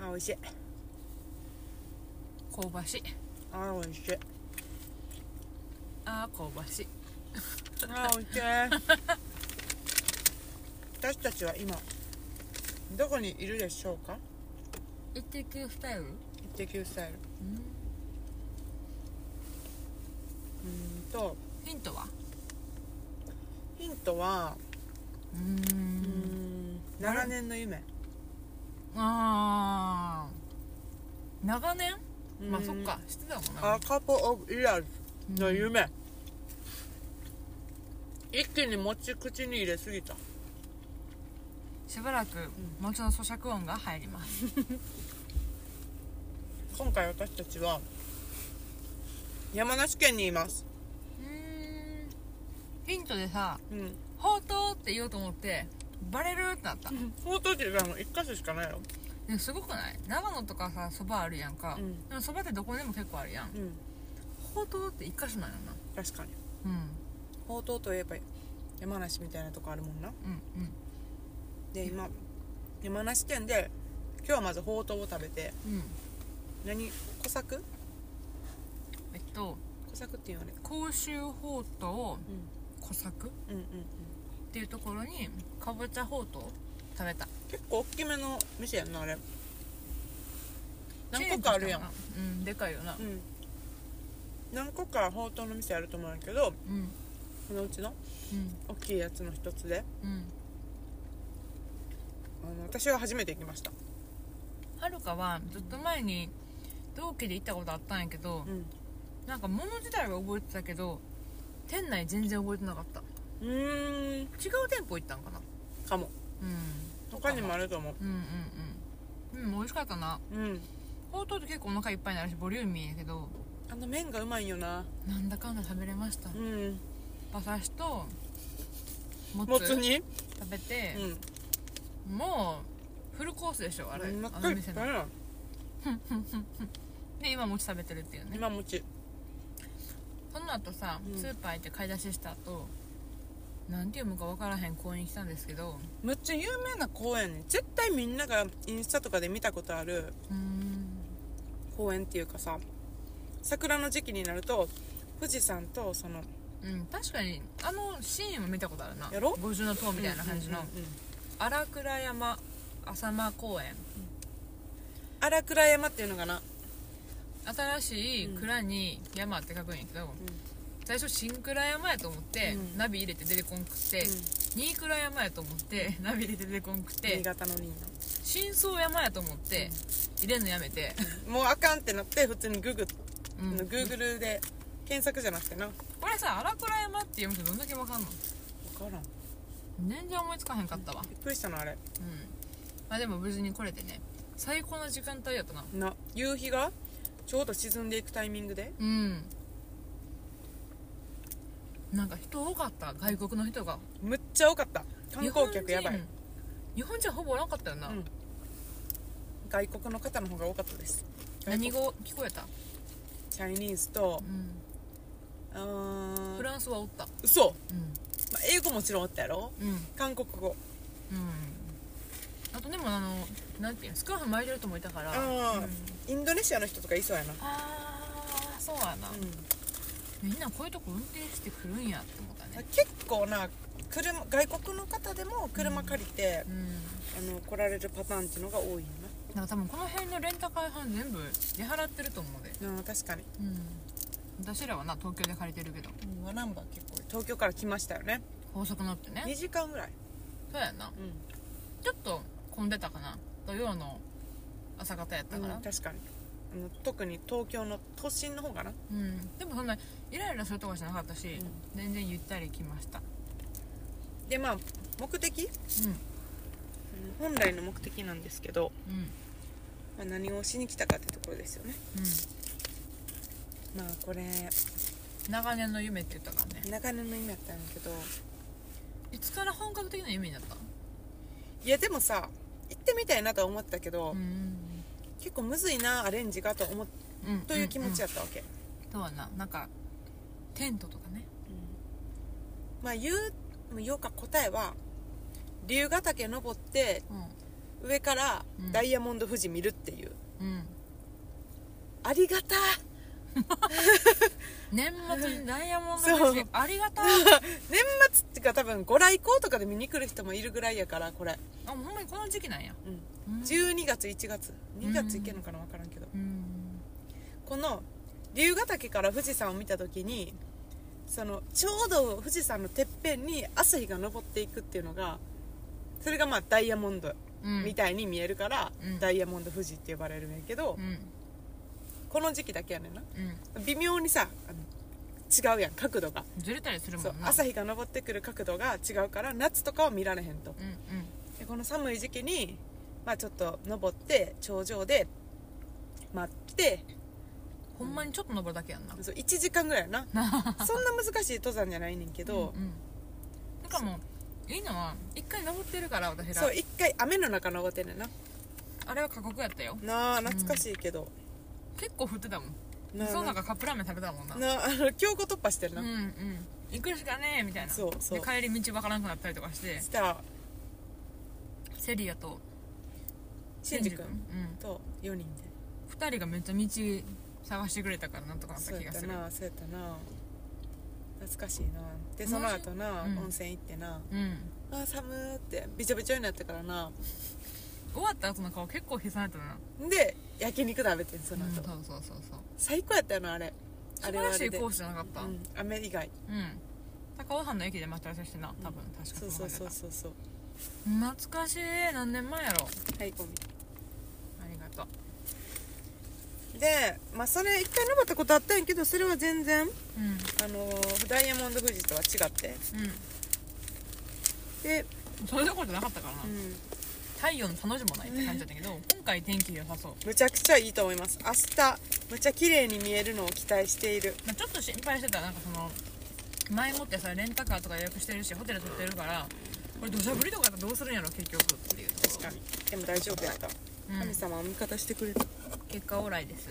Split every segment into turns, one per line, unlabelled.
あ美味しい
香ばしい
あ美味しい
あー香ばしい
あ美味しい私たちは今どこにいるでしょうか
一滴二重
一滴スタイル
うん
うーんと
ヒントは
ヒントは
う
うー
ん
ん長年の夢
あー長年まあ
うん
そっか知ってたもんな
アカポ・オブ・イヤーズの夢、一気に餅口に入れすぎた
しばらくもう一度咀嚼音が入ります
今回私たちは山梨県にいます
うんヒントでさ
うん
「ほうとう」って言おうと思ってバレるってなった
ほうとうって言うからもう一箇所しかないよ
でもすごくない長野とかさそばあるやんか、
うん
でもそばってどこでも結構あるや
う
ん
ん
ほうとうって一箇所なんやな
確かに
うん
ほうとうといえば山梨みたいなとこあるもんな
うん
で今山梨県で今日はまずほうとうを食べて
うんうん
何小作
えっと
小作って言われ
甲州ほうと
うん
う小作っ
うんうんうん
ていうところにかぼちゃほうとう食べた
結構大きめの店やんなあれ何個かあるやん
チェーンとしてはなうんでかいよな
うん何個かほうとうの店あると思うんやけど
うん
そのうちの
うん
大きいやつの一つで
うん
あの私は初めて行きました
はるかはずっと前に同期で行ったことあったんやけど
うん
なんか物自体は覚えてたけど店内全然覚えてなかった
うーん
違う店舗行ったんかな
かも
うん
他にもあると思う
うんうんうんうん美味しかったな
うん
ほうとうって結構お腹いっぱいになるしボリューミーやけど
あの麺がうまいよな
なんだかんだ食べれました
うん
馬刺しともつ
もつに
食べて
う、ん
もうフルコースでしょあ
あ
れ
れ
あ
真っ
の
赤いっ
店の
ぱいや
で今もち食べてるっていうね
今餅
その後さ
うん
スーパー行って買い出しした後、なんて読むか分からへん公園に来たんですけど
むっちゃ有名な公園ね絶対みんながインスタとかで見たことある
うーん
公園っていうかさ桜の時期になると富士山とその
うん確かにあのシーンは見たことあるな
やろ
五重塔みたいな感じの
うんうんうん
荒倉山浅間公園
荒倉山っていうのかな
新しい蔵に山って書くんやけど、最初新倉山やと思って、
うん
ナビ入れて出てこんくって、新倉山やと思って ナビ入れて出てこんく
新
て
潟の新
新宗山やと思って入れんのやめて、
のもうあかんってなって普通にググ
うん
Google で検索じゃなくてな分
これさ荒倉山って読むとどんだけわかんの
からん
全然思いつかへんかったわ
びっくりしたなあれ
うんまあでも無事に来れてね最高の時間帯やったな
な夕日がちょうど沈んでいくタイミングで
うんなんか人多かった外国の人が
むっちゃ多かった観光客やばい
日本人日本人ほぼおらんかったよな、
うん外国の方の方が多かったです
何
外
語聞こえた、
国チャイニーズと
うん、
うー
フ
ん
ランスはおった
嘘、
うん
まあ、英語もちろんあったやろ
うんうん
韓国語
あとでもあのなんていうのスカーフ巻いてる人もいたから
うん
うん
インドネシアの人とかいそうやな
ああそう
う
やな、みんなこういうとこ運転してくるんやって思った
ん
ね
結構な車外国の方でも車借りて
う、ん
あの来られるパターンっていうのが多いよ
なんか多分この辺のレンタカー屋さん全部出払ってると思うで
なうん確かに、
うん私らはな東京で借りてるけど
うん、ワナンバ結構東京から来ましたよね
高速乗って
2
ね
時間ぐらい、
そうやな
う
ちょっと混んでたかな土曜の朝方やった
ん、
から、
確かにあの特に東京の都心の方かな
うん、でもそんなイライラするとかじゃなかったし、
うん
全然ゆったり来ました、
でまあ目的本来の目的なんですけど、
うんうん
まあ、何をしに来たかってところですよね
うん、
まあこれ
長年の夢って言ったからね
長年の夢やったんだけど
いつから本格的な夢になった
いやでもさ行ってみたいなとは思ったけど、
ん
結構むずいなアレンジがと思っ
うん
という気持ちや
や
ったわけ、
とはななんかテントとかね
まあ言う言おうか答えは龍ヶ岳登って
うん
上から
うん
ダイヤモンド富士見るっていう、
うん
ありがたい
年 末にダイヤモンド富
そ
士
う
ありがた
年
い
末っていうか多分ご来光とかで見に来る人もいるぐらいやからこれ、
あほんまにこの時期なんや、
うん、
うん
12月1月2月行けるのかな分からんけど
うん
この龍ヶ岳から富士山を見た時にそのちょうど富士山のてっぺんに朝日が昇っていくっていうのがそれがまあダイヤモンド
うん
みたいに見えるから、
うん
ダイヤモンド富士って呼ばれるんやけど、
うん
この時期だけやねんな
うん
微妙にさあの違うやん角度が、
ずれたりする
そ
も
うん
な
朝日が昇ってくる角度が違うから夏とかは見られへんと
うんう
でこの寒い時期に、まあ、ちょっと登って頂上で待って
んほんまにちょっと登るだけやんな
そう1時間ぐらいや なそんな難しい登山じゃないねんけど、
うんうんなんかもういいのは一回登ってるから私ら
そう一回雨の中登ってんねんな
あれは過酷やったよ
なあ懐かしいけど、
結構降ってたもん
なあ
その中カップラーメン食べたもんな
なああの強行突破してる
う
な、
んうん行くしかねえみたいな
そうそう
で帰り道わからんくなったりとかして
したら
セリアと
しんじ君
シンジ君
と4人で
うん2人がめっちゃ道探してくれたからなんとかなった
そう
気
や
が
った
する
なそうやったな懐かしいなでその後な、
うん
温泉行ってな
うん
あー寒ーってびちょびちょになったからな
終わった後の顔結構悲惨やったな
で焼肉食べてんそ
うん
の
そう
後、
そうそうそう
最高やったよなあれあ
素
れ
晴
はあ
らし
れ
い
で
コースじゃなかった
う
うん
ん、雨以外
高尾山の駅で待ち合わせしてな多分
うん
確か
そうそうそうそうそう
そう懐かしい何年前やろ
はいゴミ
ありがとう
でまあそれ一回登ったことあったんやけどそれは全然
うん
あのーダイヤモンド富士とは違って
う
で、
んそれどころじゃなかったからな
うん、
太陽の楽しもないって感じだったけど今回天気良さそう
むちゃくちゃいいと思います明日むちゃ綺麗に見えるのを期待している
まあちょっと心配してたなんかその前もってさレンタカーとか予約してるしホテル取ってるからこれ土砂降りとかだったらどうするんやろ結局っていうとこ
確
ろ
かにでも大丈夫やった、
うん
神様は味方してくれた
結果オーライです、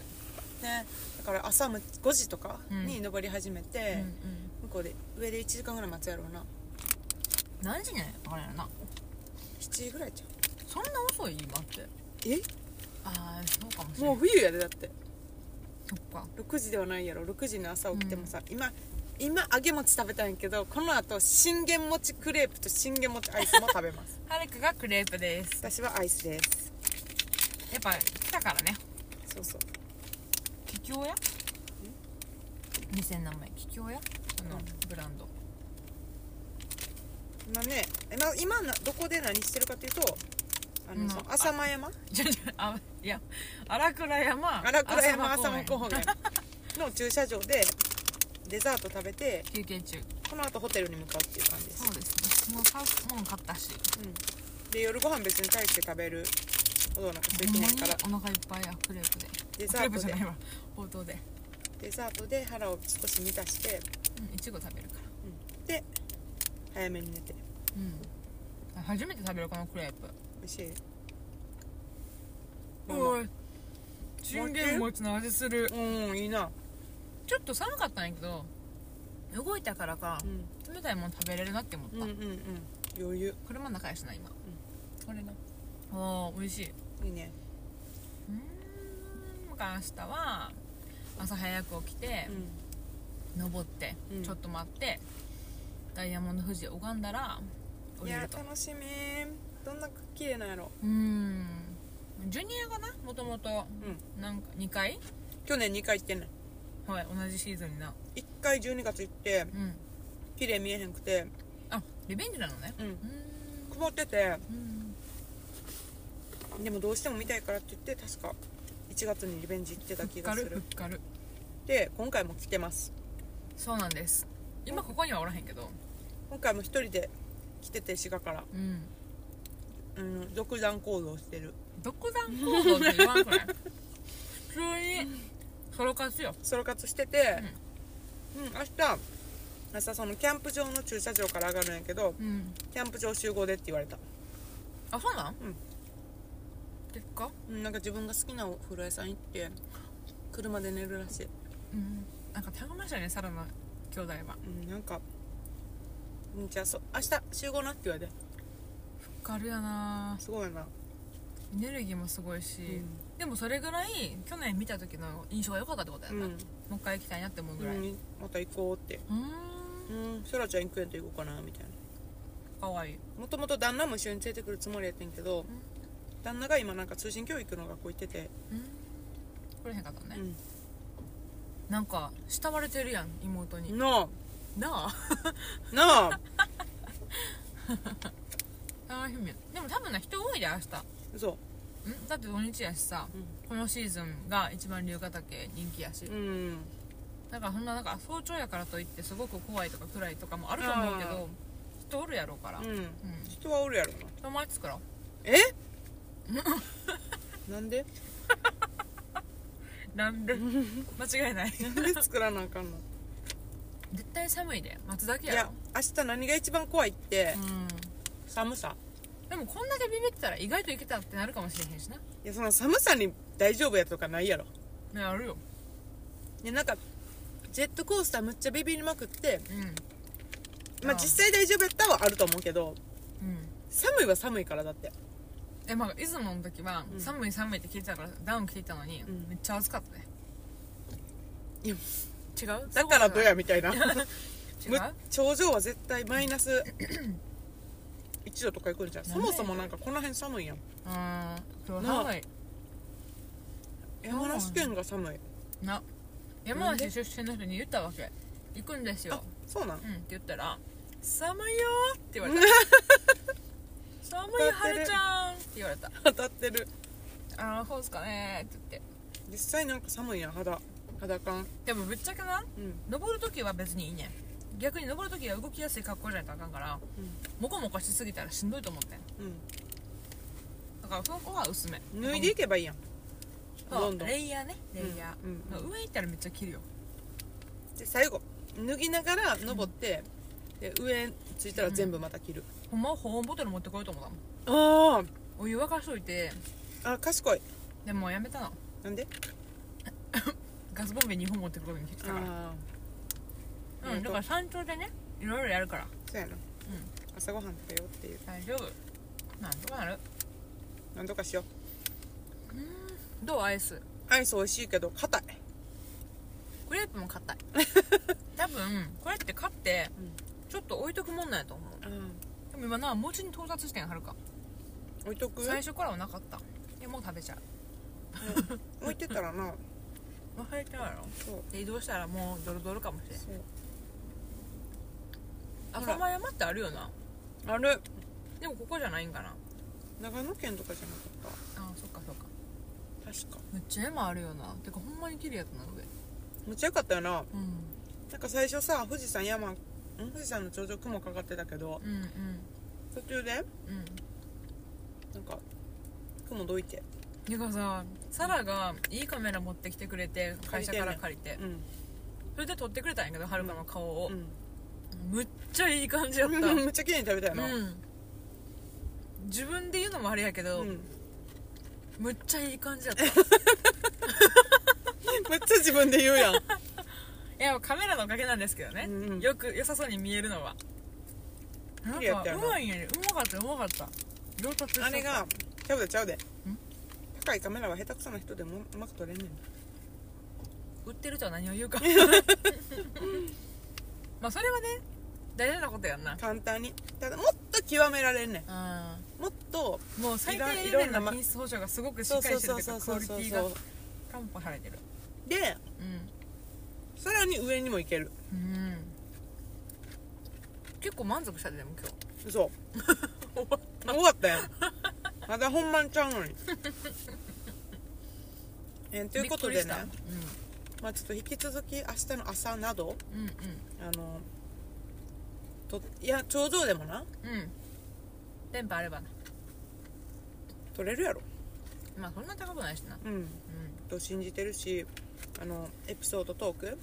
ねだから朝む5時とかに登り始め
うんう
て、
ん、
向こうで上で1時間ぐらい待つやろうな
何時に上がるんやろな
7時ぐらいちゃう
そんな遅い今って
え
ああそうかもしれな
も
いう
冬やでだって
そっか
6時ではないやろ6時に朝起きてもさ、今今揚げ餅食べたんやけどこの後信玄餅クレープと信玄餅アイスも食べます
はるかがクレープです
私はアイスです
やっぱ来たからね
そうそう
桔梗屋店の名前桔梗屋その
うん
ブランド
今ね今今などこで何してるかというとあの、
うん
その浅間山
じゃじゃあいや荒倉山
荒倉山
浅
浅
間
間
公
公
園
園 の駐車場でデザート食べて
休憩中
この後ホテルに向かうっていう感じです
そうですねもう買うもん買ったし
うん、で夜ご飯別に大して食べるほどなんかついてないから
ほんまにお腹いっぱいやクレープで
デ
ク
ザ
レ
ー
ープ
ト
じ
で
ゃないわほうとうで
デザートで腹を少し満たして
うんいちご食べるから
で早めに寝て
うん初めて食べるこのクレープ
美味しい
おい信玄餅の味する
うんいいな、
ちょっと寒かったんやけど動いたからか
うん、
冷たいもん食べれるなって思っ
うんう
た
んうん余裕
車の中やしな今
これな
あー美味しいう
いいね
ーんだから明日は朝早く起きて
う
登って
うん
ちょっと待ってダイヤモンド富士拝んだら降
んい
り
や
ると
楽しみどんな綺麗なんやろ
うーんジュニアがなもともと
うん
なんか2回
去年2回行ってんね
はい同じシーズンにな
1回12月行って
うん
綺麗見えへんくて
あリベンジなのね
うん
う
曇ってて
ーんうん
でもどうしても見たいからって言って確か1月にリベンジ行ってた
ふ
気
っ
が
か
す
る
る
ふっかる
で今回も来てます
そうなんです今ここにはおらへんけど
今回も一人で来てて滋賀から、
うん
うん、独断行動してる
独断行動って言わんくない急にソロ活よ
ソロ活してて、うん明日明日そのキャンプ場の駐車場から上がるんやけど
うん
キャンプ場集合でって言われた、
あそうな
う
ん
ん
結果
うん、なんか自分が好きなお風呂屋さん行って車で寝るらしい、
うんなんかたくましいねサラの兄弟は
うん、なんか、うん、じゃあそ明日集合なって言われて
軽やな
すごいな
エネルギーもすごいし、でもそれぐらい去年見た時の印象が良かったってことや
うん
な、もう一回行きたいなって思うぐ
う、
らいうん
また行こうって
ーん
うんそらちゃん行くんやったら行こうかなみたいな
かわいい
もともと旦那も一緒に連れてくるつもりやってんけど、旦那が今なんか通信教育の学校行ってて、
うん来れへんかったね、
うん
なんか慕われてるやん妹に、
な
なあ
あなあ
あー姫でも多分な人多いで明日
そ
んだって土日やしさ、
う
このシーズンが一番龍ヶ岳人気やし、
ううん
だからそんななんか早朝やからといってすごく怖いとか暗いとかもあると思うけ
あー
ど人おるやろうから、うん
うん人はおるやろな
友達作ろう
え なんで
な んで間違いない
なんで作らなあかんの
絶対寒いで松だ
い
けや
や
ろ
明日何が一番怖いって、
う
寒さ
んでもこんだけビビってたら意外といけたってなるかもしれへんしない
やその寒さに大丈夫やとかないやろ
ねあるよ
でなんかジェットコースターむっちゃビビりまくって
うんうん
まあ
ああ
実際大丈夫やったはあると思うけど寒いは寒いからだって
えまあ出雲の時は
うん
寒い寒いって聞いてたからダウン着ていたのに、
うん
めっちゃ暑かったね
いや
違う
だからどう
違う
やみたいな む
違う
頂上は絶対マイナス1度とか行くんじゃん
なん
そ
で
もそもなんかこの辺寒いやん
うーん今日は寒い
山梨県が寒い
な山
なんで
梨出身の人に言ったわけ行くんですよ
あそうなん
うんって言ったら「寒いよ」って言われた「 寒
当たっ
いよ
てる
春ちゃん」って言わ れた
当たってる
「ああそうですかね」って言って
実際なんか寒いやん肌肌感
でもぶっちゃけな
うん
登る時は別にいいねん逆に登る時は動きやすい格好じゃないとあかんからモコモコしすぎたらしんどいと思ってん
う
だからそこは薄め
ん脱いでいけばいいやん
そう
どんどん
レイヤーねレイヤー、
うんうんうん
上行ったらめっちゃ切るよ
で最後脱ぎながら登って、で上着いたら全部また着る、
ほんまは保温ボトル持ってこようと思ったもん
あ
お湯沸かしといて
ああ賢い
でもやめたの
なんで
ガスボンベ2本持ってくることに決めたから
ああ
うん、だから山頂でねいろいろやるから
そうやな、朝ごはん食べようっていう
大丈夫なんとかなる
何とかしよう
どうアイス
アイス美味しいけど硬い
クレープも硬 い多分これって買って
うん
ちょっと置いとくもんなんやと思うでも今な餅に到達してんはるか
置いとく
最初からはなかったいやもう食べちゃう
置いてたらな
忘れちゃうやろ
そう
で移動したらもうドロドロかもしれん
そうほら
浅間山ってあるよな
あれ
でもここじゃないんかな
長野県とかじゃなかっ
あそっかそっか
た確か
めっちゃ山あるよなてかほんまに綺麗やったな上
むっちゃよかったよな
うん
なんか最初さ富士山山ん富士山の頂上雲かかってたけど
うん
途中で
うんうん
なんか雲どいて
てかさサラがいいカメラ持ってきてくれて会社から借りて
うん
それで撮ってくれたんやけどはるかの顔を、
うん
むっちゃいい感じやった、
うん めっちゃ綺麗に食べたよな、
うん自分で言うのもあれやけど、
うん
むっちゃいい感じや ったい
めっちゃ自分で言う やん
やカメラのおかげなんですけどね、
うんうん
よく良さそうに見えるのはなん
麗やったよ
かう
な
まいんやねうまかったうまかった上達しちゃっ
あ
た
れがちゃうでちゃうで高いカメラは下手くそな人でもうまく撮れんねん
売ってるとは何を言う かまあそれはね大事なことやんな
簡単にただもっと極められんねんもっと
うんもう最低
いろんいろん
限
な
の
ま
品質保証がすごくしっかりしてるっていうかクオリティが担保されてる
で
うん
さらに上にも行ける
うん結構満足したででも今日
そう終わったよまだ本番ちゃうのにえーということでね、
びっくりし
まあ、ちょっと引き続き明日の朝など
たうんうん
あのといや頂上でもな
うんうん電波あればな
取れるやろ
まあそんな高くないしな
うん
うん
と信じてるしあのエピソードトーク
うん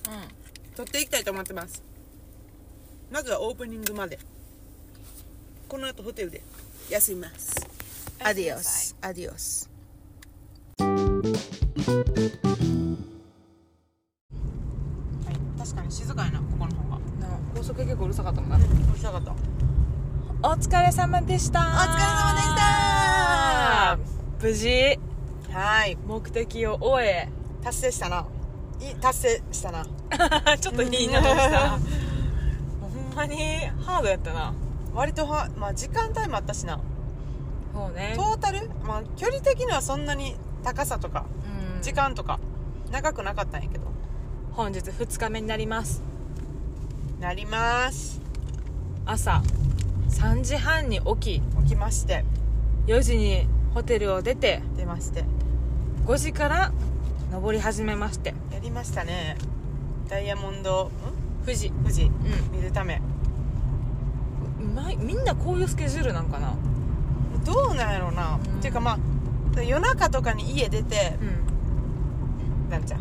撮っていきたいと思ってますまずはオープニングまでこの後ホテルで休みますアディオスアディオスはい確かに静かやなここの方が
な高速結構うるさかったもんな
面白かったお疲れ様で
お疲れ様でした
した
無事
はい
目的を終え
達成したないい達成したな
ちょっといいなしたほんまにハードやったな
割とは、まあ、時間帯もあったしな
そうね
トータル、まあ、距離的にはそんなに高さとか
うん
時間とか長くなかったんやけど
本日2日目になります
なります
朝3時半に起き
起きまして
4時にホテルを出て
出まして
5時から登り始めまして
やりましたねダイヤモンド
富士
ん富士
う
見るため
んまいみんなこういうスケジュールなんかな
どうなんやろうな、
うん
っていうかまあ夜中とかに家出て
うん
なんちゃう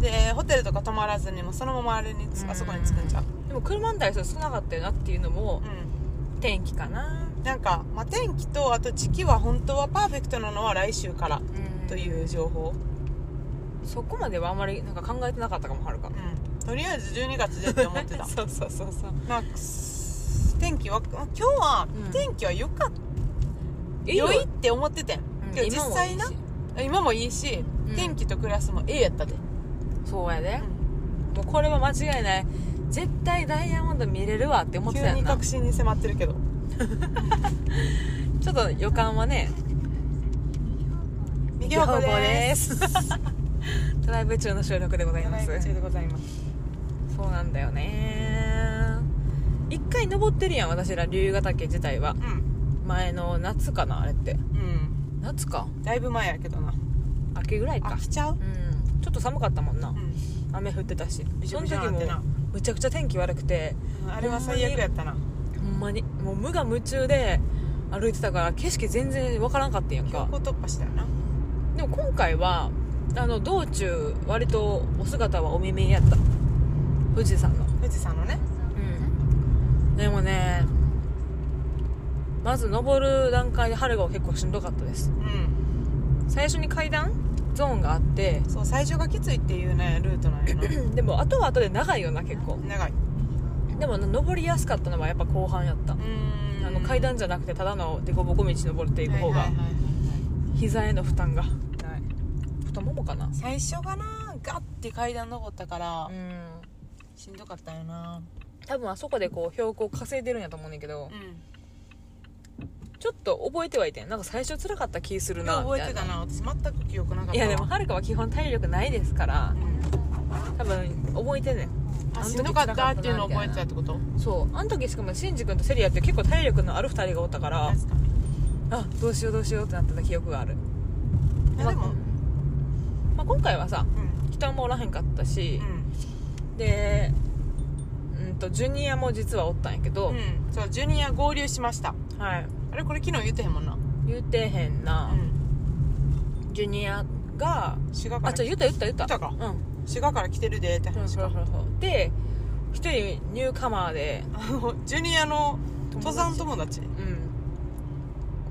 でホテルとか泊まらずにもうそのままあれにつ
うん
あそこに着くんちゃう
でも車に対して少なかったよなっていうのも
う
天気かなん
なんか、まあ、天気とあと時期は本当はパーフェクトなのは来週から
うん
という情報、
そこまではあんまりなんか考えてなかったかもはるか
うん、とりあえず12月でって思ってた
そうそうそうそう
まあす天気は今日は
うん
天気は良かった、
い
良いって思っててんけど実際な
今もいいし
今もいいし、
うん
天気とクラスもええやったで、
そうやで、もうこれは間違いない絶対ダイヤモンド見れるわって思ってた
急
やん
に
な
確
ち
信に迫ってるけど
ょっと予感はね
右方向です
す ドライブ中の収録でございます
ドライブ中でございます
そうなんだよね一回登ってるやん私ら龍ヶ岳自体は
うん
前の夏かなあれって
うん
夏か
だいぶ前やけどな
秋ぐらいか
飽きちゃう
うんちょっと寒かったもんな、
うん
雨降ってたし
びし
そ
ょ
の
びしょ
時
になっ
も
てな
むちゃくちゃ天気悪くて
うんあれは最悪やったな
ほんまにもう無我夢中で歩いてたから景色全然わからんかったんやん
強
か
行突破したよな
でも今回はあの道中割とお姿はお目見えやった富士山の
富士山のね
うんでもねまず登る段階で春が結構しんどかったです
うん
最初に階段ゾーンがあって
そう最初がきついっていうねルート なんやな
でも後は後で長いよな結構
長い
でもな登りやすかったのはやっぱ後半やった
うーん
あの階段じゃなくてただの凸凹道登っていく方
は
が
いはいはいは
膝への負担が
いはい
太ももかな
最初がなガッて階段登ったから、
うん
しんどかったよな
多分あそこでこう標高稼いでるんやと思うねんだけど
うん
ちょっと覚えてはいてんなんか最初辛かった気するなみ
覚
た
えて
いな
たな私全く記憶なかったわ
いやでもはるかは基本体力ないですから
うん
多分覚えてんねん
あ
あの時
しんどかったっていうのを覚えてたってこと
そうあの時しかもシンジ君とセリアって結構体力のある2人がおったから
確かに
あどうしようどうしようってなってた記憶がある
いやでも、
まあ、今回はさ
うん
人もおらへんかったし
う、ん
でうんとジュニアも実はおったんやけど、
うんそうジュニア合流しました
はい
あれこれ昨日言ってへんもんな
言うてへんな
う、ん
ジュニアが
滋賀か
あ
ら
じゃ言った言った言った
言ったか
うん
滋賀から来てるでって
そう
話
そう
か
そうそうで一人ニューカマーで
あのジュニアの登山友達
うん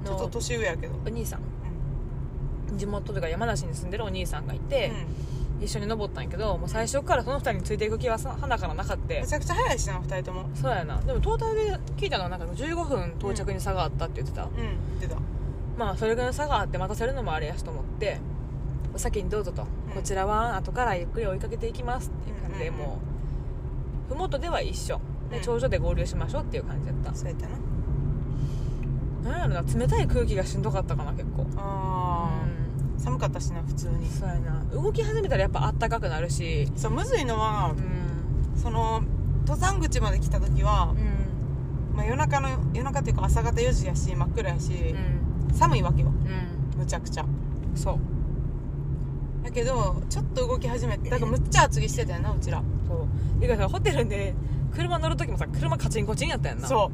ちょっと
の
年上やけど
お兄さん地元というか山梨に住んでるお兄さんがいて、
うん
一緒に登ったんやけどもう最初からその2人についていく気はさはなからなかって
めちゃくちゃ早いしな二人とも
そうやなでもトータルで聞いたのはなんか15分到着に差があったって言ってた、
うん言ってた
まあそれぐらいの差があって待たせるのもあれやしと思ってお先にどうぞと、
ん
こちらは後からゆっくり追いかけていきますっていう感じで、
うんうんうん
もう麓では一緒で
うん
頂上で合流しましょうっていう感じだった、
そうやったな
なんやろな冷たい空気がしんどかったかな結構
あ
う
ー寒かったしな普通に
んそうやな動き始めたらやっぱあったかくなるし
そうむずいのは
うん
その登山口まで来た時は
う、ん
まあ、夜中の夜中っていうか朝方4時やし真っ暗やし、
うん
寒いわけよ
うん
むちゃくちゃ
そう
だけどちょっと動き始めてだからむっちゃ厚着してたよなうちら
そうゆかさんホテルで車乗る時もさ車カチンコチンやったやんな
そ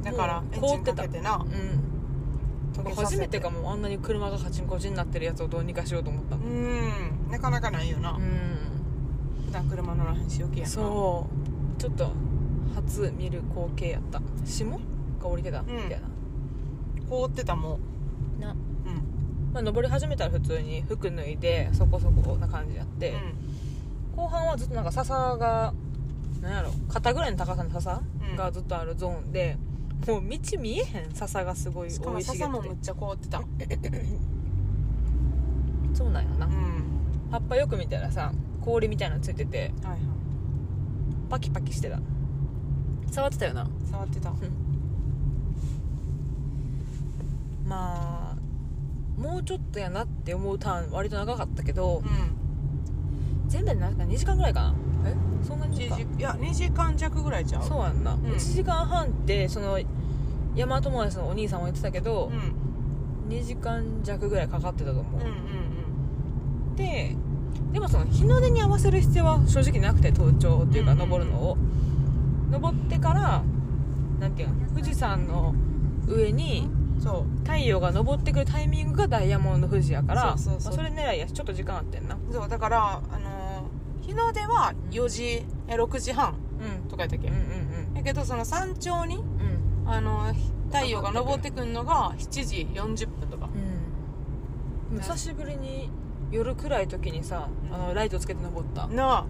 うだから
もう
エン
凍
ジ
っ
ン
て
か
た
けてな
うん
溶けさせ
初めてかもあんなに車がカチンコチンになってるやつをどうにかしようと思った
う
の
んなかなかないよな、
うん
普段車乗らへんし余計やな
そうちょっと初見る光景やった霜が降りてたみたいな、
凍ってたも
うな、
ううん
まあ、登り始めたら普通に服脱いでそこそこな感じやっ
う
て、
ん
後半はずっとなんか笹がなんやろ肩ぐらいの高さの笹
うん
がずっとあるゾーンで、もう道見えへん笹がすごい
しか
生
も
い茂
笹も
っ
むってちゃ凍ってた
そうなんやな、
ん
葉っぱよく見たらさ氷みたいなのついてて
はいはい
パキパキしてた触ってたよな
触ってた
まあもうちょっとやなって思うターン割と長かったけど
う
全部で何時間2時間ぐらいかなえそんなに
ん
か
1時いや2時間弱ぐらいちゃう
そうやんな、
ん
1時間半ってその山友達のお兄さんも言ってたけど、
うん
2時間弱ぐらいかかってたと思
うんうん
う、ででもその日の出に合わせる必要は正直なくて登頂っていうか
うんうんうん
登るのを、登ってからなんていうの富士山の上に
うんそ
太陽が昇ってくるタイミングがダイヤモンド富士やから
そうそうそう
まあそれ狙いやしちょっと時間あってんな
うそうだからあのー日の出は4時え6時半
うん
とかやったっけ、
うんうん
やけどその山頂に
うんうん
あのー太陽が昇ってくるのが7時40分とか
うん久しぶりに夜暗い時にさ
うん
あのライトつけて登った
なあ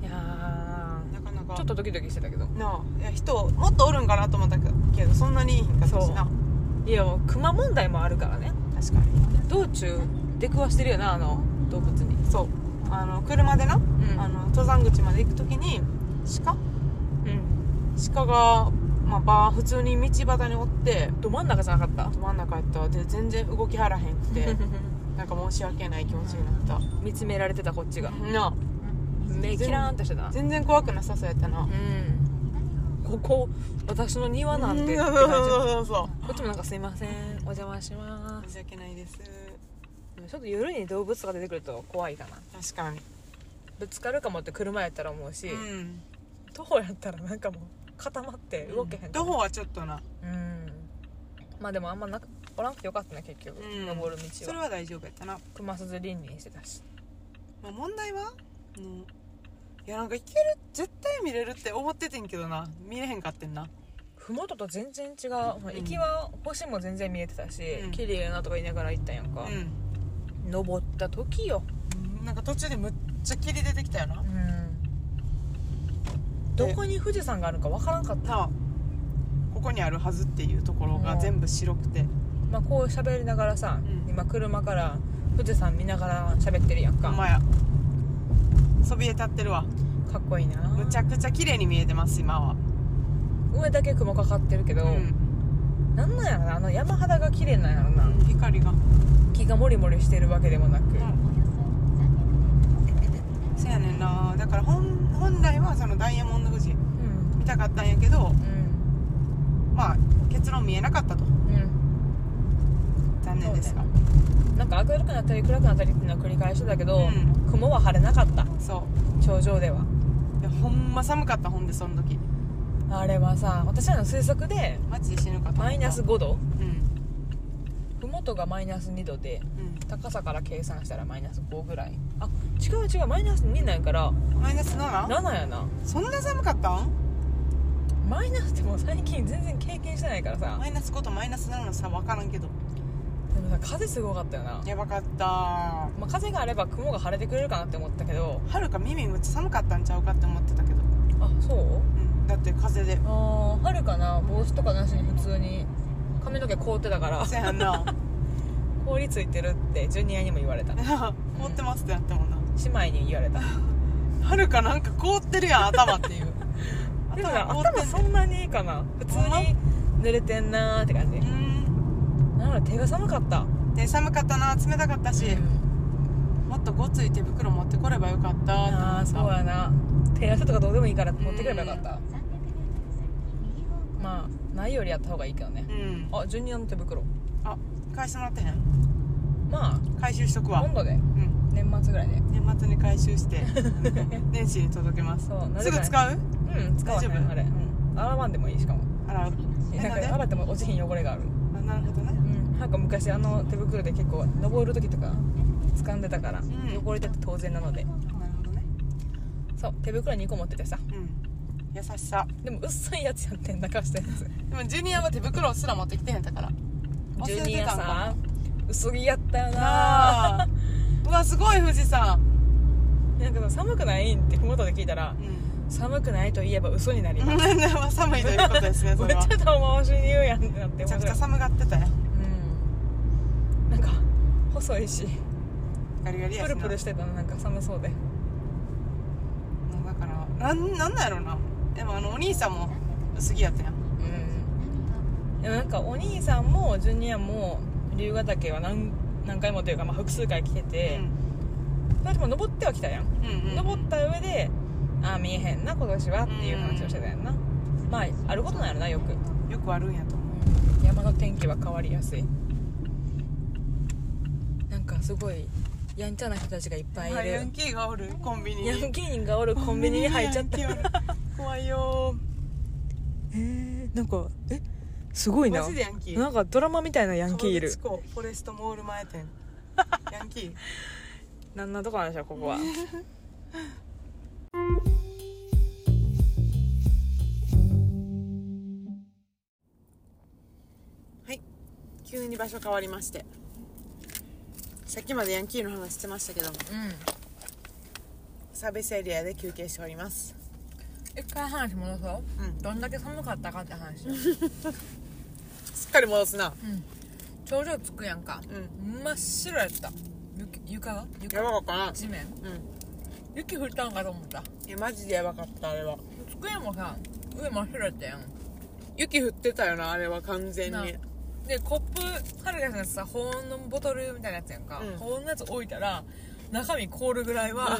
いや
なかな
ー
か
ちょっとドキドキしてたけど
なあいや人もっとおるんかなと思ったけどそんなにいいんかったしない
やもう熊問題もあるからね
確かに
道中出くわしてるよなあの動物に
そうあの車でな、
ん
あの登山口まで行く時に鹿
うん
鹿が、まあ、バー普通に道端におって
ど真ん中じゃなかった
ど真ん中やったで全然動きはらへんく てなんか申し訳ない気持ちになっ
見つめられてたこっち
た
が
な
目キラーンとしてたな
全然怖くなさそうやったな
うんここ私の庭なんてって
そう
感
そう
じこ
そうそ
っちもなんかすいませんお邪魔しま
う申し訳ないです
すちょっと夜に動物が出てくると怖いかな
確かに
ぶつかるかもって車やったら思うし、
うん
徒歩やったらなんかもう固まって動けへんから
徒歩はちょっとな
うんまあでもあんまなくおらんくてよかったね結局、
うん
登る
そ
道
れ
は
は大丈夫やったな
熊鈴リンリンしてたし
まあ、問題はあのいやなんかいける絶対見れるって思っててんけどな見れへんかってんな
麓と全然違う、まあ行きは星も全然見えてたし、
うん
綺麗やなとか言いながら行ったんやんか、
う
登った時よ
んなんか途中でむっちゃ霧出てきたよな
どこに富士山があるのかわからんかった、
なあここにあるはずっていうところが全部白くて
まあ、こう喋りながらさ、
うん
今車から富士山見ながら喋ってるやん
ほ
か、
んまやそびえ立ってるわ
かっこいいな
むちゃくちゃ綺麗に見えてます今は
上だけ雲かかってるけど、
うん
なんなんやろなあの山肌が綺麗なんやろな
光が
木がモリモリしてるわけでもなく、
そやねんなだから本本来はそのダイヤモンド富士
うん
見たかったんやけど
うん
まあ結論見えなかったと
うん
残念ですが
なんか明るくなったり暗くなったりっていうのは繰り返してたけど、
うん
雲は晴れなかった
そう
頂上ではい
やほんま寒かったほんでその時
あれはさ私らの推測で
マジで死ぬかと思った
マイナス5度
うん
麓がマイナス2度で
う
高さから計算したらマイナス5ぐらいあ違う違うマイナス2なんやから
んマイナス 7?
7やな
そんな寒かったん
マイナスってもう最近全然経験してないからさ
マイナス5とマイナス7の差分からんけど
でもさ風すごかったよな、
やばかった
まあ、風があれば雲が晴れてくれるかなって思ったけど
はるか耳むっちゃ寒かったんちゃうかって思ってたけど、
あそう
うん、だって風 で
あー春かな帽子とかなしに普通に髪の毛凍ってたから
せやんな
氷ついてるってジュニアにも言われた
凍ってますってなったもんな
姉妹に言われた
はるかなんか凍ってるやん頭っていう
でも
頭
な
凍って
頭
ん
そんなにいいかな普通に濡れてんなーって感じ
ねん
なので手が寒かった
で寒かったな冷たかったし、もっとごつい手袋持ってこればよかったって
ああ
思
そう
った
やな手汗とかどうでもいいから持ってくればよかったまあないよりやった方がいいけどね
うん
あジュニアの手袋
あ返してもらってへん
ま
回収しとく
あ
わ
今度で
うん
年末ぐらいで
年末に回収して 年始に届けます
そうな
す
ぜ
ぐ
か
使う
うん使わへ
大丈
ん
夫
あれうん洗わんでもいいしかも
洗うえ
なん
なんで
か洗っても落ちひん汚れがある
あなるほどね
うんなんか昔あの手袋で結構登る時とか掴んでたから、
ん
汚れてて当然なので
なるほどね
そう手袋2個持っててさ
うん優しさ
でも薄いやつやってんだかしたや つ
でもジュニアは手袋すら持ってきてへんだから忘
ジ
れ
ュニ
て
ア
たんか
さ薄着やったよな
なあうわすごい富士山
なんかさ寒くないんってふもとで聞いたら
うん
寒くないと言えば嘘になりま す
寒いということです ねそ
め
れ
っ
は
ちゃ遠回しに言うやんってなっ
め
て
ちゃ
面
くち
白
ゃ
い
寒がってたよ
うんなんか細いし
ガリガリや
プ
しな
ルプルしてたのなんか寒そうで
もうだからなんなんだろうなでもあのお兄さんも薄着やったやん
うんでもなんかお兄さんもジュニアも龍ヶ岳は何何回もというか、まあ、複数回来てて、2人とも登っては来たやん、
うんうんうん
登った上でああ見えへんな今年はっていう話をしてたやんな、まああることなんやろなよく
よくあるんやと思
山の天気は変わりやすいなんかすごいやんちゃな人たちがいっぱいうい
あ
る
ヤンキーがおるコンビニ
ヤンキー人がおるコンビニに入っちゃった
コンビニにヤンキーおる怖いよ
えなんかえすごい
マ
な
ジでヤンキー
なんかドラマみたいなヤンキーいる
河口湖フォレストモール前店ヤンキー
なんなとこなんでしょうここは
急に場所変わりましてさっきまでヤンキーの話してましたけども
うん
サービスエリアで休憩しております
一回話戻そう、
うん
どんだけ寒かったかって話うん
すっかり戻すな
頂上着くやんか、真っ白やった雪床が
や
床
ばかったな
地面
うん
雪降ったんかと思った
いやマジでやばかったあれは
机もさ上真っ白やったやん
雪降ってたよなあれは完全に
なでコップはるかさんがさ保温のボトルみたいなやつやんか、
うん
保温のやつ置いたら中身凍るぐらいは、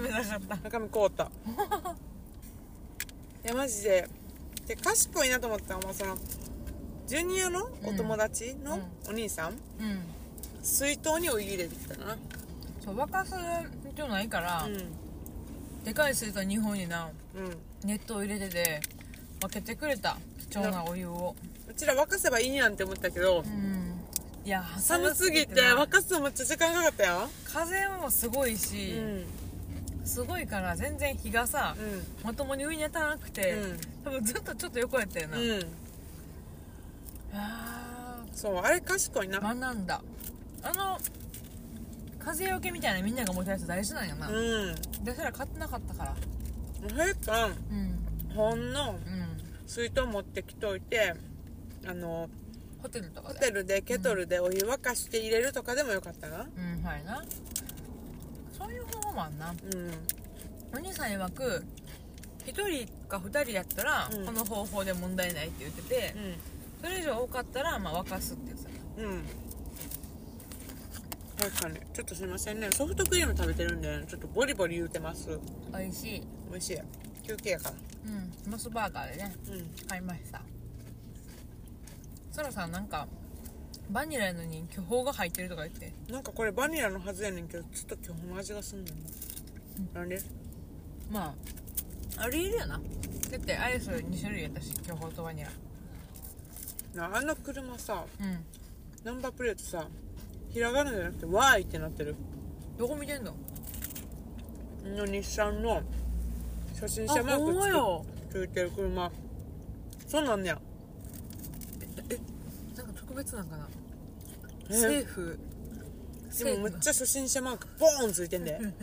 冷たかった
中身凍ったい やマジでで賢いなと思ったのはそのジュニアのお友達の
うん
お兄さん、
うん
水筒にお湯入れてきたな
そう沸かす必要ないから、
う
でかい水筒2本になん
うん
熱湯入れてて分けてくれた貴重なお湯を
うちら沸かせばいいやんって思ったけど
うんいや
寒すぎて
な
沸かすのめっちゃ時間かかったよ
風もすごいし、すごいから全然日がさ、
う
まともに上に当たらなくて、
うん
多分ずっとちょっと横やったよな、
んうん
あ
そうあれ賢いな
ー学んだあの風よけみたいなみんなが持ち出す大事なんやな、
うん
私ら買ってなかったから
平さん
うん
ほんの
うん
水筒持ってきといてあの
ホテルとか
ホ
で
テルでケトルでお湯沸かして入れるとかでもよかったな
うんはいなそういう方法もあんな
うん
お兄さん曰く1人か2人やったら、
うん
この方法で問題ないって言ってて、それ以上多かったら、まあ、沸かすって言ってた
うんうん確かにちょっとすいませんねソフトクリーム食べてるんでちょっとボリボリ言うてます
美味しい
美味しい休憩やから
うんモスバーガーでね
うん
買いましたそらさんなんかバニラやのに巨峰が入ってるとか言って
なんかこれバニラのはずやねんけどちょっと今日の味がすんねんな、なんで
まあありえるよなだってアイス2種類やったし巨峰とバニラ
なあの車さ
うん
ナンバープレートさひらがなじゃなくて「わーい」ってなってる
どこ見てんの
の日産の初心者マー
あほんまよ
クつくついてる車そうなんねや
なんか特別なんかな
え
セーフ
で
セ
も
ー
め
フ
っちゃ初心者マークボーンついてんで
う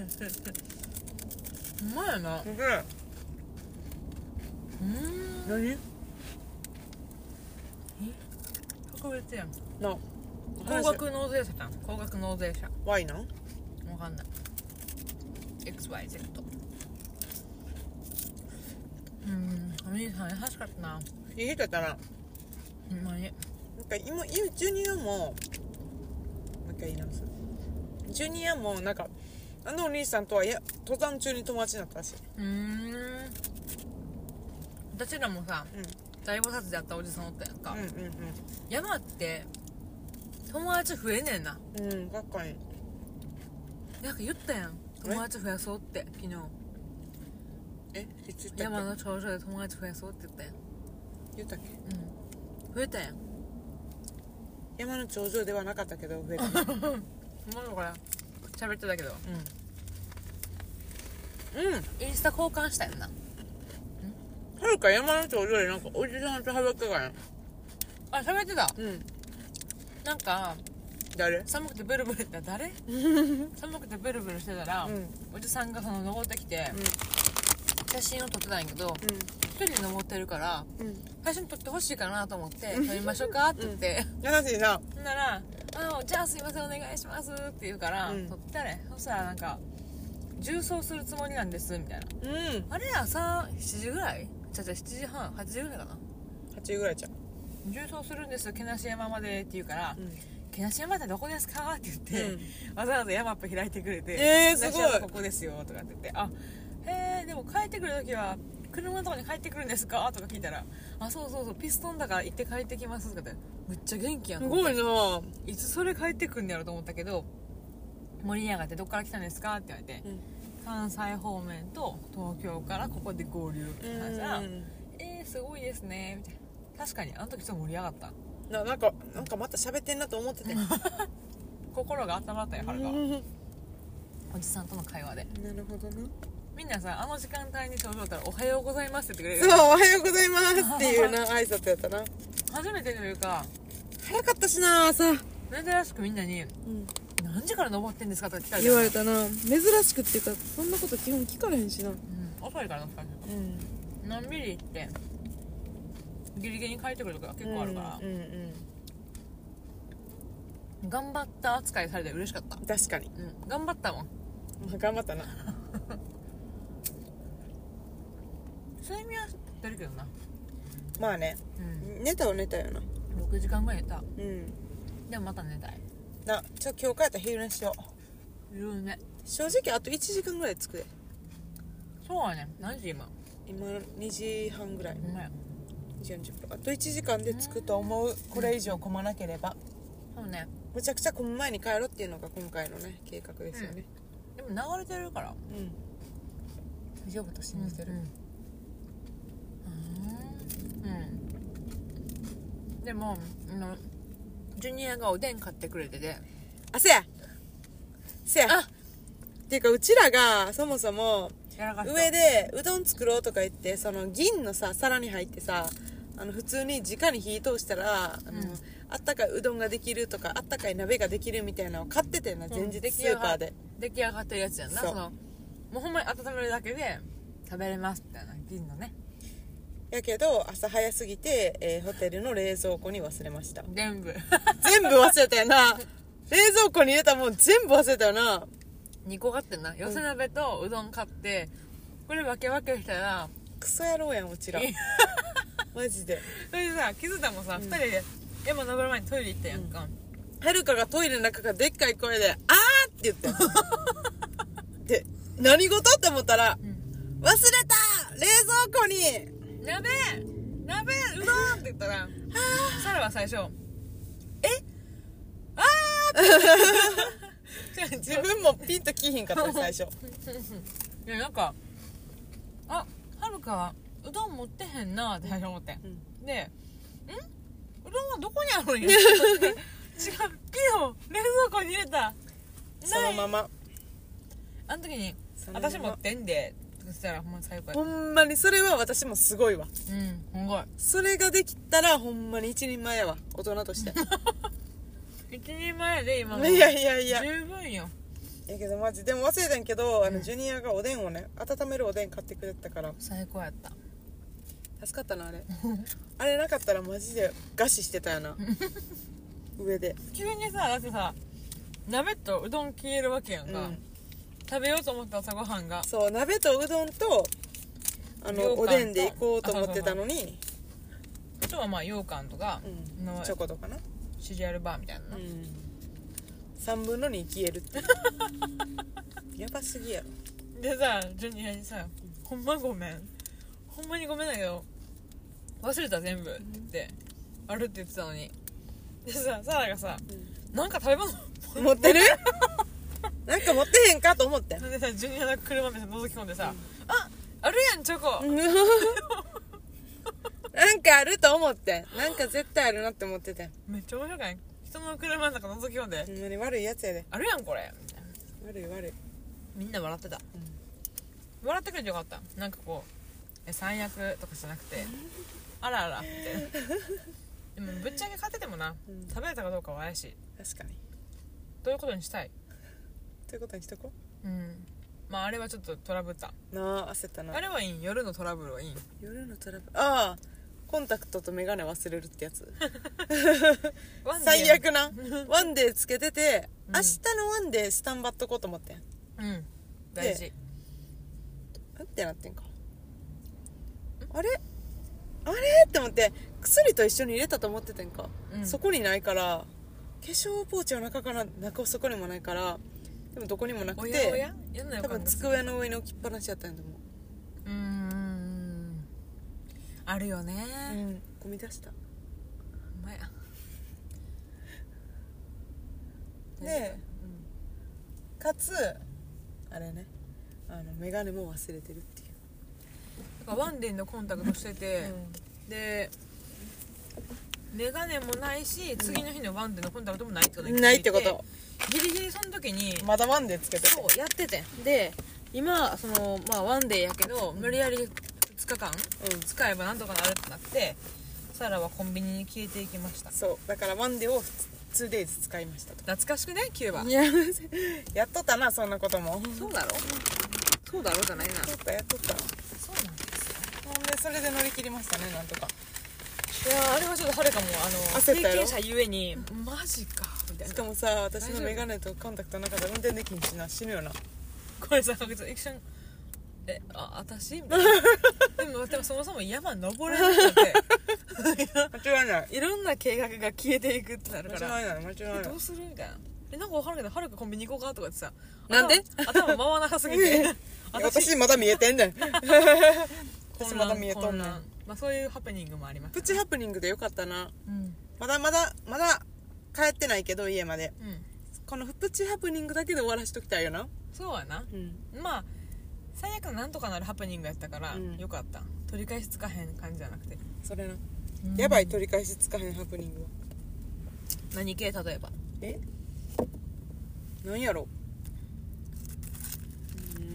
まいやな
すげえ
うん
何
特別やん
な
高額納税者じゃん高額納税者
Y なん
わかんない XYZ うんお兄さん優しかったな
言いてたな
ほんまに
なんか今今ジュニアももう一回言い直すジュニアもなんかあのお兄さんとはいや登山中に友達になったらしいう
ーん私らもさ
う
大菩薩で会ったおじさんおったやんか、
んうん
山って友達増えねえな
うんうんうん確かに
なんか言ったやん友達増やそうって昨日
えいつ言ったっけ
山の頂上で友達増やそうって言ったやん
言ったっけ
うん増えたやん
山の頂上ではなかったけど増えたね
ほんまだこれ喋ってたけど
うんうん
インスタ交換したやんな
はるか山の頂上でなんかおじさんと話してたやん
あ喋ってた
うん
なんか
誰
寒くてブルブルって 誰寒くてブルブルしてたら、
うん
おじさんがその登ってきて、写真を撮ってたんやけど一人で登ってるから
うんうん
最初に撮ってほしいかなと思って撮りましょうかって言って、
優しいな
ほんならあ「じゃあすいませんお願いします」って言うから、
うん
撮ったねそしたらなんか「重装するつもりなんです」みたいな
うん
あれ朝7時ぐらいじゃじゃ7時半8時ぐらいかな
8位ぐらいじゃん
重装するんですけなし山までって言うから
うん
「けなし山ってどこですか?」って言って、わざわざ山っぱ開いてくれて
えーすごい
けなし山ここですよ」とかって言って「あへえでも帰ってくる時は車のとこに帰ってくるんですか?」とか聞いたら「あそうそうそうピストンだから行って帰ってきます」とかってめっちゃ元気やん
すごいなぁ
いつそれ帰ってくんねやろと思ったけど盛り上がってどっから来たんですかって言われて、
うん
関西方面と東京からここで合流みたいな感じら
うん
えー、すごいですねみたいな確かにあの時ちょっと盛り上がった
ななんかなんかまた喋ってんなと思って て
心が温まったよはるかは
うん
おじさんとの会話で
なるほどな
みんなさあの時間帯に食べたら「おはようございます」って言ってく
そ
れ
う
る
おはようございますっていう な挨拶やったな
初めてというか
早かったしな朝、
珍しくみんなに「何時から登ってんですか?」とか来たじゃ
言
ん
われたな珍しくっていうかそんなこと基本聞かれへんしな
うん、遅いからな2人
うん
のんびり行ってギリギリに帰ってくるとか結構あるから
うん、うん
頑張った扱いされて嬉しかった
うん、確かに、
うん、頑張ったもん
まあ、頑張ったな
睡眠はしてるけどな、
まあね
うん、
寝たは寝たよな
6時間ぐらい寝た
うん
でもまた寝たい
なちょ今日帰ったら昼寝しよう
昼寝
正直あと1時間ぐらい着くで
そうやね何時今
今2時半ぐらい
ほんまや
2時40分あと1時間で着くと思うこれ以上混まなければ
そうね
むちゃくちゃ混む前に帰ろうっていうのが今回のね計画ですよね
でも流れてるから
うん、大丈夫と信じてる、
うんうん、うんでもあのジュニアがおでん買ってくれてて
あせやせや
あ
っていうかうちらがそもそも
やらかした
上でうどん作ろうとか言ってその銀のさ皿に入ってさあの普通に直に火通したらあの、
うん
あったかいうどんができるとかあったかい鍋ができるみたいなのを買ってたよな
うん
前日スーパーで、
出来上がってるやつやんな
そう
そのもうほんまに温めるだけで食べれますみたいな銀のね
やけど朝早すぎて、えーホテルの冷蔵庫に忘れました
全 部
全部忘れたよな冷蔵庫に入れたもん全部忘れたよな
2個買ってんな寄せ鍋とうどん買ってこれ分け分けしたら
クソ野郎やんうちらマジで
それでさ気づいたもんさ、二2人で山登る前にトイレ行ったやんか、
はるかがトイレの中からでっかい声で「あー!」って言ってで何事って思ったら「忘れた冷蔵庫に!」
鍋鍋うどんって言った らサラは最初えあーって自
自分もピンときひんかった最初
いやなんかあはるかうどん持ってへんなって最初思って、
うん
で「んうどんはどこにあ るんや? 」違うピを冷蔵庫に入れた
そのま
ま
ま
あの時に「
そのまま
私持ってんで」ってしたらほんまに最高や
ほんまにそれは私もすごいわ
うんすごい
それができたらほんまに一人前やわ大人として
一人前で今も
いやいやいや
十分よ
やけどマジでも忘れたんやけどあのジュニアがおでんをね温めるおでん買ってくれてたから
最高やった
助かったなあれ あれなかったらマジで餓死してた よな上で
急にさだってさ鍋とうどん消えるわけやんか、
うん
食べようと思った朝ごはんが
そう鍋とうどんとあの
羊羹と
おでんで行こうと思ってたのに、
あとはまあ羊羹とか、
うん
の
チョコとかな、
シリアルバーみたいなの、
3分の2消えるって やばすぎやろ
でさジュニアにさ「ほんまごめんほんまにごめんだけど忘れた全部」って言って「ある」って言ってたのにでさサラがさ、なんか食べ物
持ってる なんか持ってへんかと思ってん
でさジュニアの車めっちゃ覗き込んでさ「ああるやんチョコ、
なんかあると思ってんなんか絶対あるなって思っててん
めっちゃ面白くない人の車の中覗き込んで
ほんまに悪いやつやで
「あるやんこれ」みたいな
悪い悪い
みんな笑ってた、笑ってくれてよかったなんかこうえ三役とかじゃなくてあらあらみたいなでもぶっちゃけ買っててもな、
うん
食べれたかどうかは怪しい
確かに
どういうことにしたい
ということにしとこと
うんまああれはちょっとトラブった
なあ焦ったな
あれはいいん夜のトラブルはいいん
夜のトラブルああコンタクトとメガネ忘れるってや つ
ワンデー
最悪なワンデーつけてて、
うん
明日のワンデースタンバっとこうと思ってん
うん大事
なんてなってんかあれあれって思って薬と一緒に入れたと思っててんか、
うん
そこにないから化粧ポーチは中から中そこにもないからでもどこにもな
お
く
やお
て
や嫌な予
多分
感がする
机の上に置きっぱなしやったんやと思
うーんあるよね
う、うん、ゴミ出した
お前
でかつあれねあの眼鏡も忘れてるっていう
だからワンデンのコンタクトしてて、でメガネもないし次の日のワンデンのコンタクトもないってことに気づ
ないってこと
ギリギリその時に
まだワンでつけて
そうやっててんで今そのまあワンデーやけど無理やり2日間
うん
使えばなんとかなるってなってサラはコンビニに消えていきました
そうだからワンデーを 2days 使いましたと
懐かしくねキューバ
いややっとったなそんなことも
そうだろそうだろじゃないな
やっとったやっとった
そうなんです
ほ
よ
んでそれで乗り切りましたねなんとか
いやーあれはちょっとはるかもあの
焦
経
ったよ
験者ゆえにマジかみたい
し
な
かもさ私
大丈
の
夫
眼鏡とコンタクトなかったら運転できん しな死ぬよな
これさ確実にエクションえあ私みたい なでもでもそもそも山登れなくて
間違いない
いろんな計画が消えていくってなるから
間違いない間違い
え
な
ど
いう
するみたいなえなんか分からんけどはるかコンビニ行こうかとか言ってさ
なんで
頭頭回らなさすぎ て
私まだ見えてんねん 私
混
ま
乱
だ見えとん
混
ねん
乱まあそういうハプニングもあります
プチハプニングでよかったな
うん
まだまだまだ帰ってないけど家まで
うん
このプチハプニングだけで終わらしときたいよな
そうやな
うん
まあ最悪なんとかなるハプニングやったから、
うん
よかった取り返しつかへん感じじゃなくて、
それなやばい取り返しつかへんハプニングは
何系例えば
えなんやろ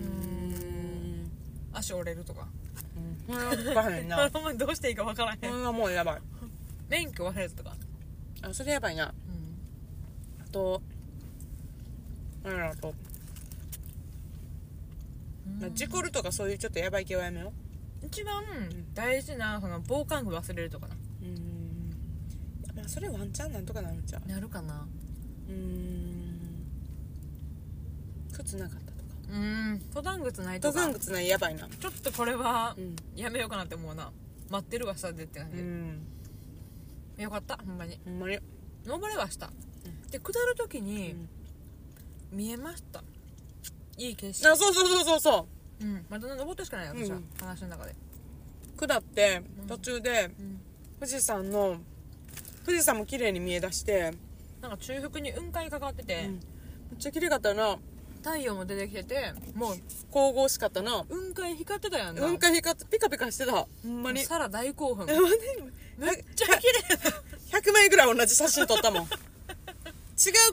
う
足折れるとか
ーんうんつかへん な
ほんまにどうしていいか分からへん
こんなもんやばい
免許忘れたとか、
あそれやばいなあとなんやろあと、まあ、事故るとかそういうちょっとやばい系はやめよ
一番大事なその防寒具忘れるとかな
ううんまあそれワンチャンなんとかなるんちゃう
なるかな
うーん靴なかったとか
うん登山靴ないと
登
か
山靴ないやばいな
ちょっとこれは
うん
やめようかなって思うな待ってるわ下でって感
う
じ、
ん
よかったほんまに
ほんまに
登れはした、
ん
で下る時に
うん
見えましたいい景
あ
色
そうそうそうそうそ
うんまだ登ってしかないよ私は、
うん
話の中で
う下って
うん
途中で
うん
富士山の富士山も綺麗に見えだして、
なんか中腹に雲海かかってて、
うんめっちゃ綺麗かったな
太陽も出てきててもう
神々しかったな
雲海光ってたやんな
雲海光ってピカピカしてたほんまに
サラ大興奮めっ
100
ちゃ綺麗
枚ぐらい同じ写真撮ったもん違う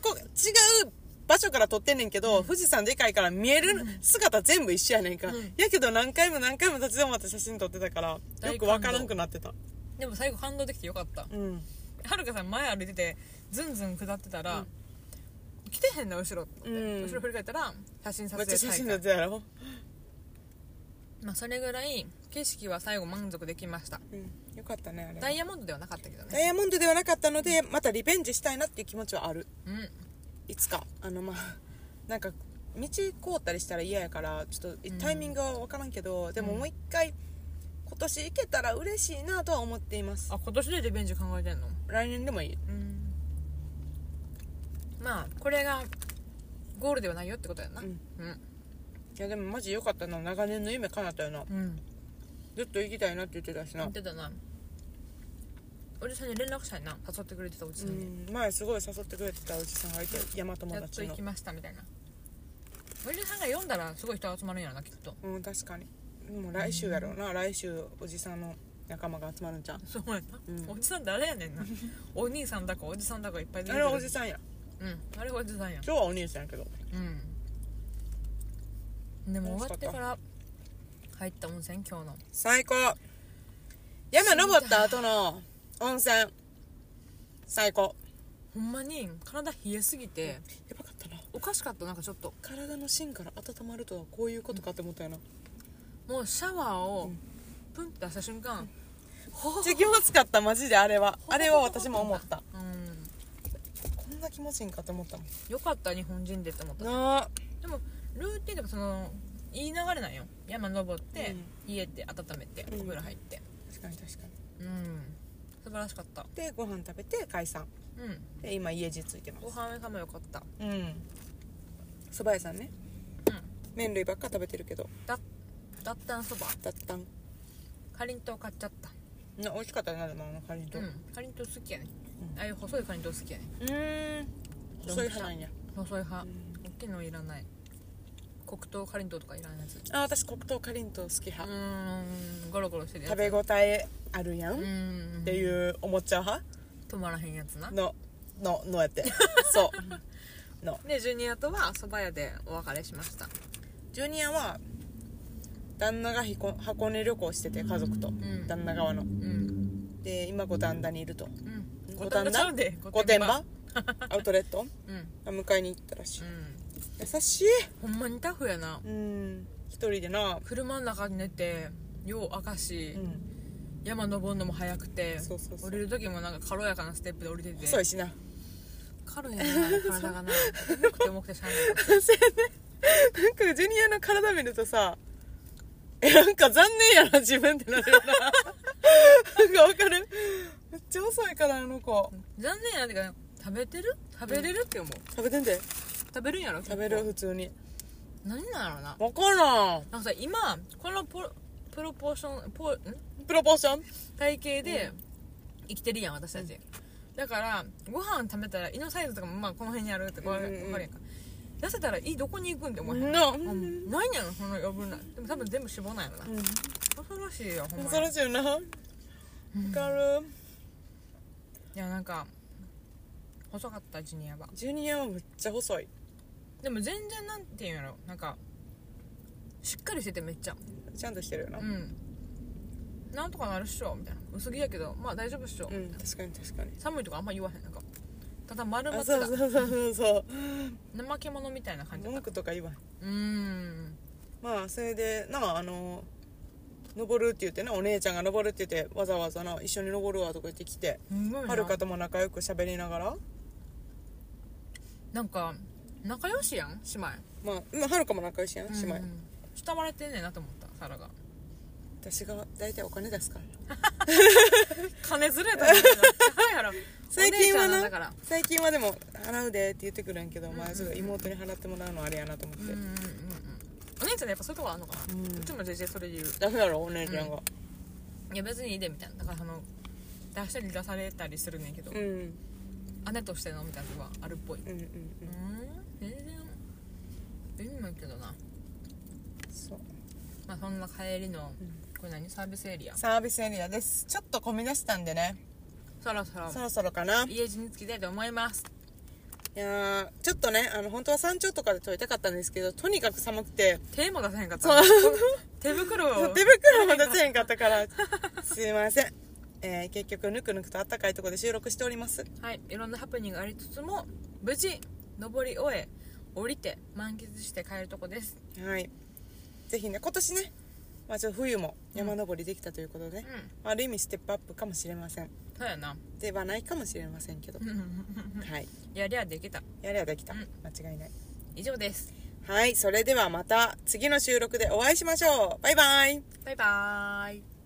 こ違う場所から撮ってんねんけど、富士山でかいから見える姿全部一緒やねんか、
うん
やけど何回も何回も立ち止まって写真撮ってたからよ
大感
く
動
わからんくなってた
でも最後感動できてよかった
うん
はるかさん前歩いててずんずん下ってたら、来てへんな後ろって、
うん
後ろ振り返ったら写真撮
めっち
影
ゃ写
大
真撮
会
ってたやろ、
まあそれぐらい景色は最後満足できました
うん、よかったねあれ
ダイヤモンドではなかったけど
ダ
ね
イヤモンドではなかったのでまたリベンジしたいなっていう気持ちはある
うん
いつかあのまあなんか道凍ったりしたら嫌やからちょっと
うん
タイミングは分からんけど、でも
うん
もう一回今年行けたら嬉しいなとは思っています
あ今年でリベンジ考えてんの
来年でもいい
うんまあこれがゴールではないよってことやな
うん
うん、
いやでもマジ良かったな長年の夢叶ったよな
うん、
ずっと行きたいなって言ってたしな
言ってたなおじさんに連絡したいな誘ってくれてたおじ
う
さんに、
ん前すごい誘ってくれてたおじさんがいて山友
やっと
達
行
の
きましたみたいなおじさんが読んだらすごい人集まるんやろなきっと
うん確かにもう来週やろうな、来週おじさんの仲間が集まるんじゃん
そうやな、
うん
おじさん誰やねん なお兄さんだかおじさんだかいっぱい出
あ
て
れはおじ
ん
さんや
うんあれはおじさんや
今日はお兄さんやけど
うんでも終わってから入った温泉今日の
最高山登った後の温泉最高
ほんまに体冷えすぎて
やばかったな
起おかしかったなんかちょっと
体の芯から温まるとはこういうことかって思ったよな
もうシャワー
う
を
ん
プンって出した瞬間、ほ
めっちゃ気持ちかったマジであれはあれは私も思った
うん
こんな気持ちいいんかって思ったもん
よかった日本人でって思った
なあ
でもルーティンとかそのいい流れなんよ山登って、家で温めて、
うん
お風呂入って
確かに確かに
うん素晴らしかった
でご飯食べて解散
うん
で今家路ついてま
ご
す
飯目かもよかった
うん蕎麦屋さんね
うん
麺類ばっか食べてるけど
だったんそば
だったん
かりんとう買っちゃった
な美味しかったねでもあのカリンとう
うんかりんとう好きやね、
うん
ああいう細いかりんとう好きやね
ーん細い派なんや
細い派、
うん
大きいのいらない黒糖かりんとうとかいらないやつ
あ私黒糖かりんとう好き
う
派
ーんゴロゴロしてるや
食
つ
べ応えあるやんっ
うーん
ていう思っちゃう派
止まらへんやつな
のののや ってそうの
でジュニアとは蕎麦屋でお別れしました
ジュニアは旦那がひこ箱根旅行してて家族と、
ん
旦那側の
うん
で今五反田にいると
うん
五反田
ちゃうで
御殿場アウトレット
うんうん
迎えに行ったらしい、優しい
ほんまにタフやな
うん一人でな
車の中に寝てよう赤し、
うん
山登るのも早くて
そうそうそう
降りる時もなんか軽やかなステップで降りてて
細いしな
軽いね体 がな重くて重くてしゃあない
なんかジュニアの体見るとさえなんか残念やな自分ってなるよななんかわかるめっちゃ遅いからあの子
残念やなってか食べてる食べれるって思う、
食べてんで
食べるんやろ
食べる普通に
何なんやろな
分からん
なんかさ今このプロプロポーションポん
プロポーション
体型で生きてるやん私たち、だからご飯食べたら胃のサイズとかもまあこの辺にあるってわ
う
か
んうん
る
うん
わかるやんか痩せたら胃どこに行くんって思えへん
な、
うんないんやろその余分なでも多分全部脂肪なんやろな
う
恐ろしいよほん
ん、
ま
恐
に
ろしいよなわかる
いやなんか細かったジュニアは
ジュニアはめっちゃ細い
でも全然なんていうんやろなんかしっかりしててめっちゃ
ちゃんとしてるよな
う
うん、
んなんとかなるっしょみたいな薄着やけどまあ大丈夫っしょ、
確かに確かに
寒いとかあんま言わへんなんかただ丸ま
あ
ってた
そうそうそうそうそう
怠け者みたいな感じだ
文
った
句とか言わへん
うーん
まあそれでなああの登るって言ってなお姉ちゃんが登るって言ってわざわざな一緒に登るわとか言ってきて
すごい
は
な
るかとも仲良く喋りながら
なんか仲良しやん姉妹
まあまあはるかも仲良しやん姉妹、
うん慕われてんねんなと思ったサラが
私が大体お金出すからな
金ずれたみたいなちゃうやろ
最近は
お姉ちゃんん
な
だから
最近はでも払うでって言ってくるんやけど、まあ
うんうん
ちょっと妹に払ってもらうのあれやなと思って、
うんうんうんうんお姉ちゃんねやっぱそういうとこあんのかな、
う
うんちも全然それ言う
ダメだろお姉ちゃんが
いや別にいいでみたいなだからその出したり出されたりするねんけど、
うん、うん
姉としてのみたいなとこはあるっぽい
うんうん
うーん全然いいんだけどな
そう
まあそんな帰りの
うん
これ何サービスエリア
サービスエリアですちょっと混み出したんでね
そろそろ
そろそろかない
家路に着きたいと思います
やーちょっとねあの本当は山頂とかで撮りたかったんですけどとにかく寒くて
手も出せへんかった
そう
手袋を
手袋も出せへんかったからすいません、えー結局ぬくぬくとあったかいところで収録しております
はいいろんなハプニングがありつつも無事登り終え降りて満喫して帰るとこです
はいぜひね今年ねまあちょっと冬も山登りできたということで、
うん
ある意味ステップアップかもしれません
そうやな
ではないかもしれませんけど、はい
やりゃできた
やりゃできた、
うん
間違いない
以上です
はいそれではまた次の収録でお会いしましょうバイバイ
バイバーイ